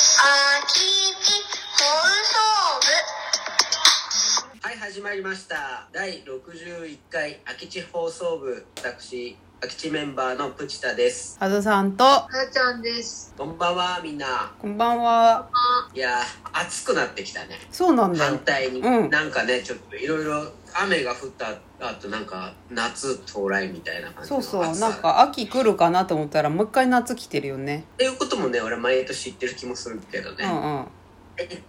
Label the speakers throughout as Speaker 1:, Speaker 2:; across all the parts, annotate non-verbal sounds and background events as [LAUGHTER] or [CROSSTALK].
Speaker 1: 空き地放送部
Speaker 2: はい始まりました第61回空き地放送部私空き地メンバーのプチタです
Speaker 3: あずさんと、
Speaker 4: あやちゃんです。
Speaker 2: こんばんはみんな
Speaker 3: こんばんは。
Speaker 2: いやー暑くなってきたね
Speaker 3: そうなんだ
Speaker 2: 反
Speaker 3: よ。
Speaker 2: 対に、
Speaker 3: うん
Speaker 2: なんかねちょっといろいろ雨が降った後なんか夏到来みたいな感じの
Speaker 3: そう
Speaker 2: 暑さ
Speaker 3: そう、なんか秋来るかなと思ったら、もう一回夏来てるよね。
Speaker 2: っていうこともね俺毎年言ってる気もするけど
Speaker 3: う
Speaker 2: ね、
Speaker 3: んうん。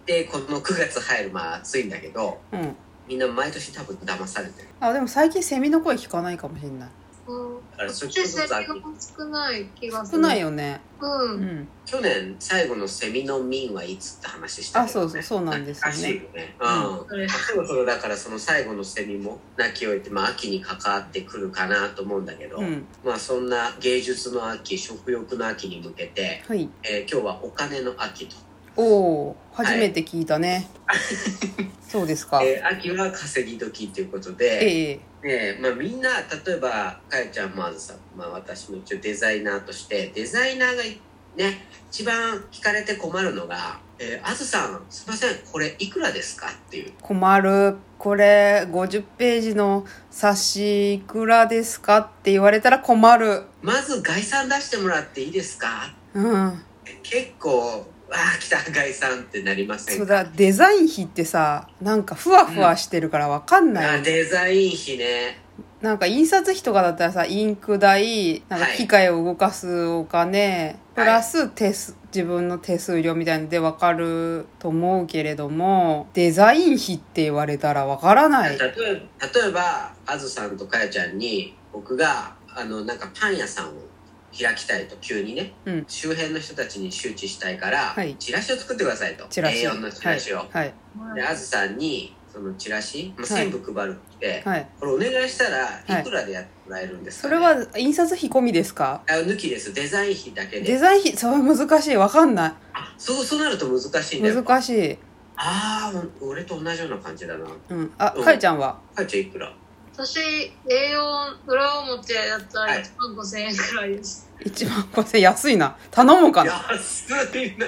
Speaker 2: でこの9月入るまあ暑いんだけど
Speaker 3: うん。
Speaker 2: みんな毎年多分騙されてる
Speaker 3: あ、でも最近セミの声聞かないかもしれない。
Speaker 4: うん。
Speaker 2: だから
Speaker 4: そっ
Speaker 2: それ
Speaker 4: ち
Speaker 2: こそ
Speaker 4: セミ
Speaker 2: さ
Speaker 4: が少ない気がす
Speaker 3: 少
Speaker 4: る。
Speaker 3: ないよね。
Speaker 4: う。
Speaker 3: うんん。
Speaker 2: 去年最後のセミの民はいつって話した
Speaker 3: あそうそうそうなんですよね
Speaker 2: らしいよねうん、
Speaker 4: それ
Speaker 2: そろそろだからその最後のセミも泣き終えて、まあ、秋に関わってくるかなと思うんだけど、
Speaker 3: うん。
Speaker 2: まあそんな芸術の秋食欲の秋に向けて、
Speaker 3: はい。
Speaker 2: えー今日はお金の秋と、
Speaker 3: おお、初めて聞いたね。そうですか。え
Speaker 2: えー秋は稼ぎ時ということで、
Speaker 3: え。
Speaker 2: えまあ、みんな例えばかやちゃんもあずさん、まあ、私も一応デザイナーとしてデザイナーがね一番聞かれて困るのが「えーあずさんすいませんこれいくらですか?」っていう
Speaker 3: 困る。これ、50ページの冊子いくらですかって言われたら困る。
Speaker 2: 「まず概算出してもらっていいですか?
Speaker 3: うん。」
Speaker 2: 結構「ああ来た概算」ってなりません
Speaker 3: そう
Speaker 2: か
Speaker 3: だ、デザイン費ってさ、なんかふわふわしてるからわかんないよね
Speaker 2: あデザイン費ね
Speaker 3: なんか印刷費とかだったらさインク代なんか
Speaker 2: はい
Speaker 3: 機械を動かすお金、プラス手数自分の手数料みたいので分かると思うけれどもデザイン費って言われたら分からな
Speaker 2: 例え
Speaker 3: い
Speaker 2: 例えばあずさんとかやちゃんに僕があのなんかパン屋さんを開きたいと急にね、
Speaker 3: うん
Speaker 2: 周辺の人たちに周知したいから、
Speaker 3: はい
Speaker 2: チラシを作ってくださいと
Speaker 3: チラシ
Speaker 2: A4 のチラシを、
Speaker 3: はい
Speaker 2: であずさんにそのチラシ、まあ、
Speaker 3: はい
Speaker 2: 全部配るって、
Speaker 3: はい
Speaker 2: これお願いしたら
Speaker 3: はい
Speaker 2: いくらでやってもらえるんです
Speaker 3: そ
Speaker 2: か
Speaker 3: れ
Speaker 2: ね、
Speaker 3: は印刷費込みですか
Speaker 2: あ抜きですデザイン費だけ
Speaker 3: デ
Speaker 2: で
Speaker 3: ザイン費それは難しい分かんな
Speaker 2: あそうそうなると難しい
Speaker 3: い
Speaker 2: んだよ
Speaker 3: 難しい、
Speaker 2: ああ俺と同じような感じだな
Speaker 3: うん、あ
Speaker 2: うん
Speaker 3: かえちゃんは
Speaker 2: かやちゃんいくら
Speaker 4: 私、A4 裏表だった
Speaker 2: は
Speaker 4: ら
Speaker 2: い
Speaker 4: 1万5000円くらいです。
Speaker 3: 1万5000安いな頼もうかな
Speaker 2: 安いな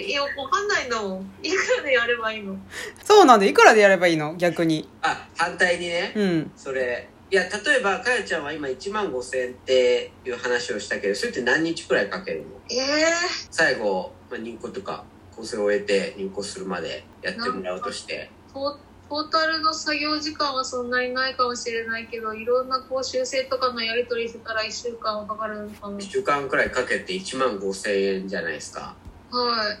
Speaker 2: い
Speaker 4: や、わかんないんだもん。いくらでやればいいの
Speaker 3: そうなんでいくらでやればいいの逆に
Speaker 2: あ反対にね、
Speaker 3: うん
Speaker 2: それいや例えばかやちゃんは今1万5千っていう話をしたけどそれって何日くらいかけるの
Speaker 4: ええ
Speaker 2: 最後、まあ、入庫とか構成を終えて入庫するまでやってもらおうとして
Speaker 4: トトータルの作業時間はそんなにないかもしれないけど、いろんなこう修正とかのやり取りしてたら1週間はかかるのかも。
Speaker 2: 1週間くらいかけて1万5千円じゃないですか
Speaker 4: は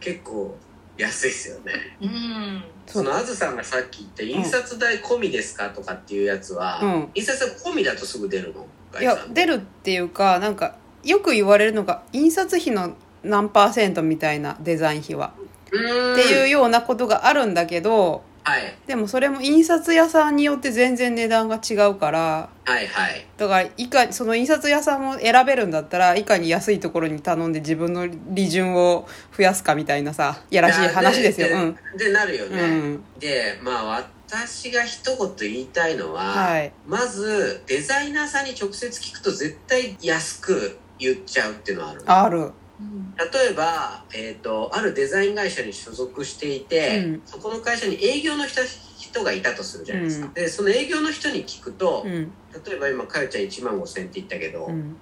Speaker 2: 結構安いですよね
Speaker 4: い。うん。
Speaker 3: そ
Speaker 2: そうのあずさんがさっき言った印刷代込みですかとかっていうやつは、
Speaker 3: うん
Speaker 2: 印刷代込みだとすぐ出るのか
Speaker 3: いや出るっていうかなんかよく言われるのが印刷費の何パーセントみたいなデザイン費は、
Speaker 2: うーん
Speaker 3: っていうようなことがあるんだけど
Speaker 2: はい
Speaker 3: でもそれも印刷屋さんによって全然値段が違うから
Speaker 2: はいはい
Speaker 3: だからいかその印刷屋さんも選べるんだったらいかに安いところに頼んで自分の利潤を増やすかみたいなさやらしい話ですよ。
Speaker 2: や
Speaker 3: うん、
Speaker 2: でなるよね、
Speaker 3: うん
Speaker 2: でまあ私が一言言いたいのは、
Speaker 3: はい
Speaker 2: まずデザイナーさんに直接聞くと絶対安く言っちゃうっていうのはある
Speaker 3: ある
Speaker 4: うん。
Speaker 2: 例えば、えー、とあるデザイン会社に所属していて、
Speaker 3: うん
Speaker 2: そこの会社に営業の人人がいたとするじゃないですか、
Speaker 3: うん
Speaker 2: でその営業の人に聞くと、
Speaker 3: うん
Speaker 2: 例えば今かよちゃん1万5,000って言ったけど、
Speaker 3: うん
Speaker 4: うん。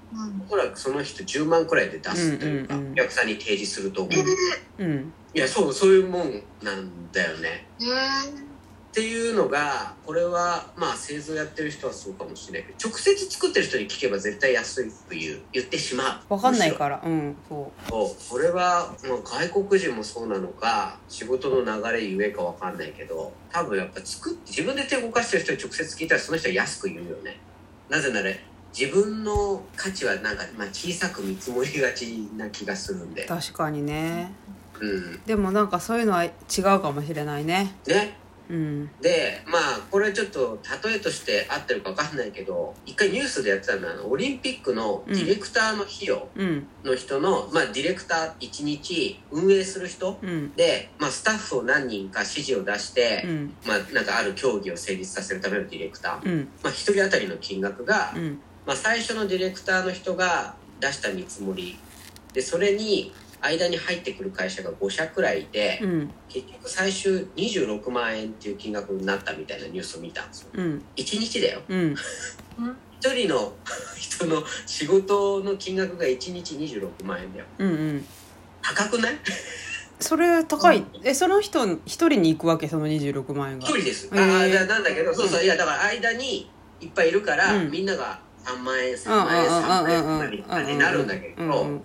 Speaker 2: おそらくその人10万くらいで出すというか、
Speaker 3: うんうんうん
Speaker 2: お客さんに提示すると思う、
Speaker 4: え
Speaker 2: い
Speaker 3: うん
Speaker 2: やそうそういうもんなんだよね、
Speaker 4: えー
Speaker 2: っていうのがこれはまあ製造やってる人はそうかもしれないけど直接作ってる人に聞けば絶対安いっていう言ってしまう
Speaker 3: わかんないからうんそ
Speaker 2: そうこれは、まあ、外国人もそうなのか仕事の流れゆえかわかんないけど多分やっぱ作って自分で手動かしてる人に直接聞いたらその人は安く言うよねなぜなら自分の価値はなんか、まあ、小さく見積もりがちな気がするんで
Speaker 3: う、確かにね
Speaker 2: うん、
Speaker 3: でもなんかそういうのは違うかもしれないね。
Speaker 2: ね
Speaker 3: うん。
Speaker 2: でまあこれちょっと例えとして合ってるか分かんないけど一回ニュースでやってたのはあのオリンピックのディレクターの費用
Speaker 3: うん。
Speaker 2: の人の、まあ、ディレクター1日運営する人
Speaker 3: うん。
Speaker 2: で、まあ、スタッフを何人か指示を出して
Speaker 3: う、ん。
Speaker 2: まあ、なんかある競技を成立させるためのディレクター、
Speaker 3: うん。
Speaker 2: まあ、1人当たりの金額が、
Speaker 3: うん。
Speaker 2: まあ、最初のディレクターの人が出した見積もりでそれに間に入ってくる会社が5社くらいいて、
Speaker 3: うん
Speaker 2: 結局最終26万円っていう金額になったみたいなニュースを見たんですよ
Speaker 3: うん
Speaker 2: 1日だよ
Speaker 3: うん
Speaker 2: 一人の人の仕事の金額が1日26万円だよ
Speaker 3: うんうん
Speaker 2: 高くない
Speaker 3: それ高い、
Speaker 4: うん
Speaker 3: えその人一人に行くわけその26万円
Speaker 2: 一
Speaker 3: が
Speaker 2: 人です、
Speaker 3: へ
Speaker 2: あ
Speaker 3: ー
Speaker 2: あじゃあなんだけどそうそういやだから間にいっぱいいるから、
Speaker 3: うん
Speaker 2: みんなが3万円3
Speaker 3: うんうん
Speaker 2: 万円3万円
Speaker 3: うんうん
Speaker 2: 3万円になるんだけど、
Speaker 3: うんうん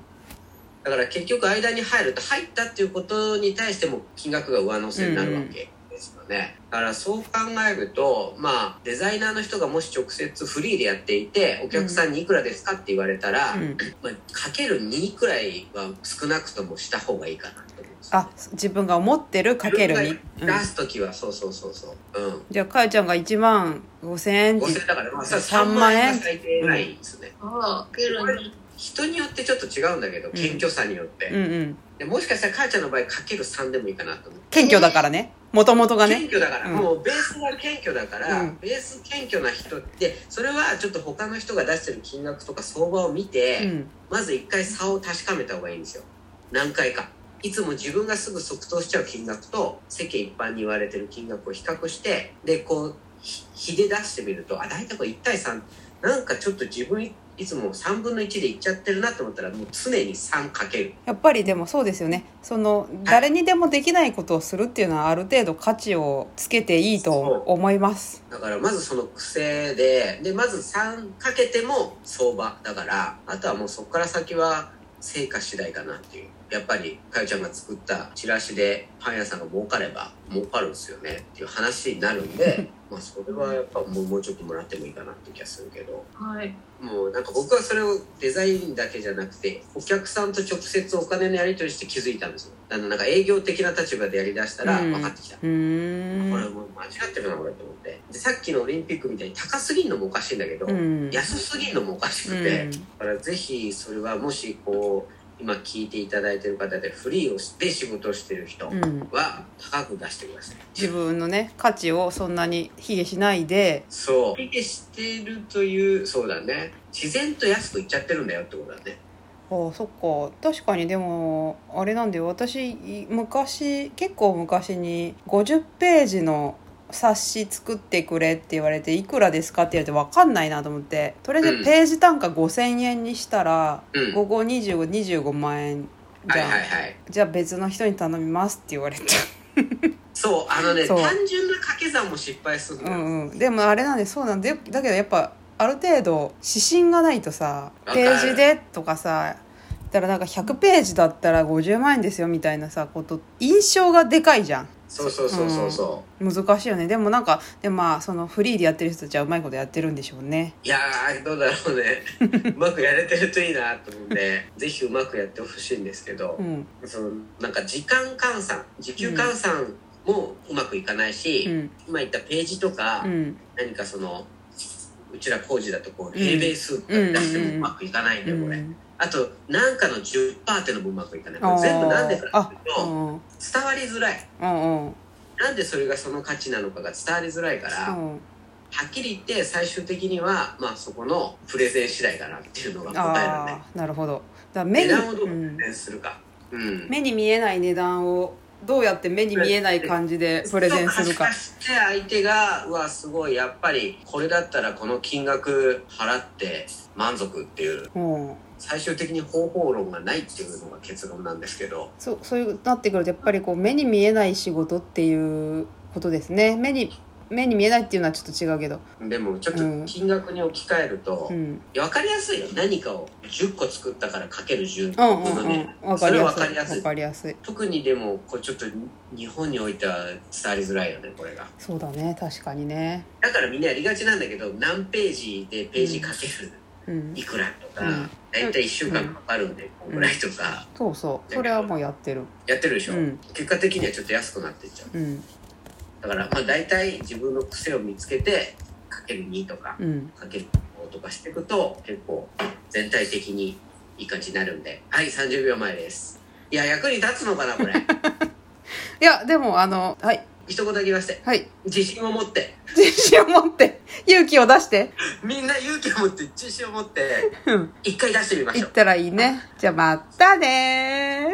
Speaker 2: だから結局間に入ると入ったっていうことに対しても金額が上乗せになるわけですよね、だからそう考えるとまあデザイナーの人がもし直接フリーでやっていてお客さんにいくらですかって言われたら、
Speaker 3: うん
Speaker 2: まあ、かける2くらいは少なくともした方がいいかなと思うんですよね
Speaker 3: あ自分が思ってるかけるに、
Speaker 2: 自分が出す時はそうそうそうそううん
Speaker 3: じゃあかやちゃんが1万5000円
Speaker 2: 5000だからまあさ
Speaker 3: 3
Speaker 2: 3
Speaker 3: 万
Speaker 2: 万
Speaker 3: 円
Speaker 2: 円が最低ラインですね、
Speaker 4: ああ、ゲロに。
Speaker 2: 人によってちょっと違うんだけど
Speaker 3: ん
Speaker 2: 謙虚さによって、
Speaker 3: うんうん
Speaker 2: でもしかしたら母ちゃんの場合かける3でもいいかなと思う
Speaker 3: 謙虚だからねもともとが
Speaker 2: 謙
Speaker 3: ね
Speaker 2: 虚だから、
Speaker 3: うん
Speaker 2: もうベースが謙虚だから、
Speaker 3: うん
Speaker 2: ベース謙虚な人ってそれはちょっと他の人が出してる金額とか相場を見て、
Speaker 3: うん
Speaker 2: まず一回差を確かめた方がいいんですよ何回かいつも自分がすぐ即答しちゃう金額と世間一般に言われてる金額を比較してでこうひ比で出してみるとあ大体これ1対3なんかちょっと自分いいつも3分の1でいっちゃってるなと思ったらもう常に3かける
Speaker 3: やっぱりでもそうですよねその誰にでもできないことをするっていうのはある程度価値をつけていいと思います
Speaker 2: だからまずその癖ででまず3かけても相場だからあとはもうそこから先は成果次第かなっていうやっぱりかよちゃんが作ったチラシでパン屋さんが儲かれば儲かるんですよねっていう話になるんで
Speaker 3: [LAUGHS]
Speaker 2: まあそれはやっぱもうもうちょっともらってもいいかなって気がするけど
Speaker 4: はい。
Speaker 2: もうなんか僕はそれをデザインだけじゃなくてお客さんと直接お金のやり取りして気づいたんですよあのなんか営業的な立場でやりだしたら
Speaker 3: うん
Speaker 2: 分かってきた、
Speaker 3: うー
Speaker 2: これ
Speaker 3: ん
Speaker 2: もう間違ってるなこれと思ってでさっきのオリンピックみたいに高すぎるのもおかしいんだけど、
Speaker 3: うん
Speaker 2: 安すぎるのもおかしくて、だからぜひそれはもしこう今聞いていただいてる方でフリーをして仕事をしてる人
Speaker 3: うんうん
Speaker 2: は高く出してください、
Speaker 3: 自分のね価値をそんなに卑下しないで
Speaker 2: そう卑下してるというそうだね自然と安くいっちゃってるんだよってことだね
Speaker 3: ああそっか確かにでもあれなんだよ私い昔結構昔に50ページの冊子作ってくれって言われていくらですかって言われて分かんないなと思ってとりあえ
Speaker 2: う
Speaker 3: ず
Speaker 2: ん
Speaker 3: ページ単価5,000円にしたら、
Speaker 2: うん
Speaker 3: 午後2525万円
Speaker 2: は
Speaker 3: じ
Speaker 2: い
Speaker 3: ゃあ、
Speaker 2: はいはい
Speaker 3: じゃあ別の人に頼みますって言われた
Speaker 2: そうあのね
Speaker 3: そう
Speaker 2: 単純な掛け算も失敗するんだ
Speaker 3: う
Speaker 2: よ、
Speaker 3: んうんでもあれなんでそうなんでだけどやっぱある程度指針がないとさ
Speaker 2: わかる
Speaker 3: ページでとかさだからなんか100ページだったら50万円ですよみたいなさこと印象がでかいじゃん
Speaker 2: そうそうそうそうそう、
Speaker 3: 難しいよねでもなんかでもまあそのフリーでやってる人たちはうまいことやってるんでしょうね
Speaker 2: いやーどうだろ
Speaker 3: [LAUGHS]
Speaker 2: うねうまくやれてるといいなと思うんでぜひうまくやってほしいんですけど
Speaker 3: う、ん
Speaker 2: そのなんか時間換算時給換算もうまくいかないし、
Speaker 3: うん
Speaker 2: 今言ったページとか、
Speaker 3: うん
Speaker 2: 何かそのうちら工事だとこう平米数とか
Speaker 3: うん
Speaker 2: 出してもうまくいかないんだ
Speaker 3: う
Speaker 2: よこれ、
Speaker 3: ん
Speaker 2: あと何かの10%ってのもうまくいかないこれ全部なんでかっていう
Speaker 3: あー
Speaker 2: と
Speaker 3: うん
Speaker 2: 伝わりづらい
Speaker 3: うんうん
Speaker 2: なんでそれがその価値なのかが伝わりづらいから、
Speaker 3: うん
Speaker 2: はっきり言って最終的には、まあ、そこのプレゼン次第かなっていうのが答えなんで
Speaker 3: ああなるほどだから目
Speaker 2: 値
Speaker 3: に、
Speaker 2: 段をどう
Speaker 3: う
Speaker 2: プ
Speaker 3: ん
Speaker 2: レゼンするか、うん、
Speaker 3: 目に見えない値段をどうやって目に見えない感じでプレゼンす
Speaker 2: そう可
Speaker 3: るか
Speaker 2: 視化して相手がうわすごいやっぱりこれだったらこの金額払って満足っていう
Speaker 3: うん
Speaker 2: 最終的に方法論がないっていうのが結論なんですけど
Speaker 3: そうそういうなってくるとやっぱりこう目に見えない仕事っていうことですね目に目に見えないっていうのはちょっと違うけど、
Speaker 2: でもちょっ
Speaker 3: う
Speaker 2: と
Speaker 3: ん
Speaker 2: 金額に置き換えると、
Speaker 3: うん、
Speaker 2: 分かりやすいよ何かを10個作ったからかける10
Speaker 3: うん
Speaker 2: の
Speaker 3: うんうん
Speaker 2: ね、
Speaker 3: わ
Speaker 2: そ
Speaker 3: かり
Speaker 2: れ
Speaker 3: や
Speaker 2: 分
Speaker 3: す
Speaker 2: か
Speaker 3: い
Speaker 2: りやす
Speaker 3: わ
Speaker 2: い
Speaker 3: かりやすい
Speaker 2: 特にでもこうちょっと日本においては伝わりづらいよねこれが
Speaker 3: そうだね確かにね
Speaker 2: だからみんなやりがちなんだけど何ページでページかける
Speaker 3: うん
Speaker 2: いくらとか、
Speaker 3: うん
Speaker 2: 大体1週間かかるんでこんぐらいとか
Speaker 3: そうそうそれはもうやってる
Speaker 2: やってるでしょ、
Speaker 3: うん
Speaker 2: 結果的にはちょっと安くなってっちゃう
Speaker 3: うん
Speaker 2: だからまあ大体自分の癖を見つけてかける2とか
Speaker 3: うん
Speaker 2: かける5とかしていくと結構全体的にいい感じになるんではい30秒前ですいや役に立つのかなこ
Speaker 3: [LAUGHS]
Speaker 2: れ
Speaker 3: いやでもあのはい
Speaker 2: 一言だけ言わせて
Speaker 3: はい
Speaker 2: 自信を持って
Speaker 3: 自信を持って勇気を出して
Speaker 2: みんな勇気を持って自信を持って
Speaker 3: うん
Speaker 2: 一回出してみまし
Speaker 3: 行
Speaker 2: ょう
Speaker 3: ったらいいねじゃあまたねー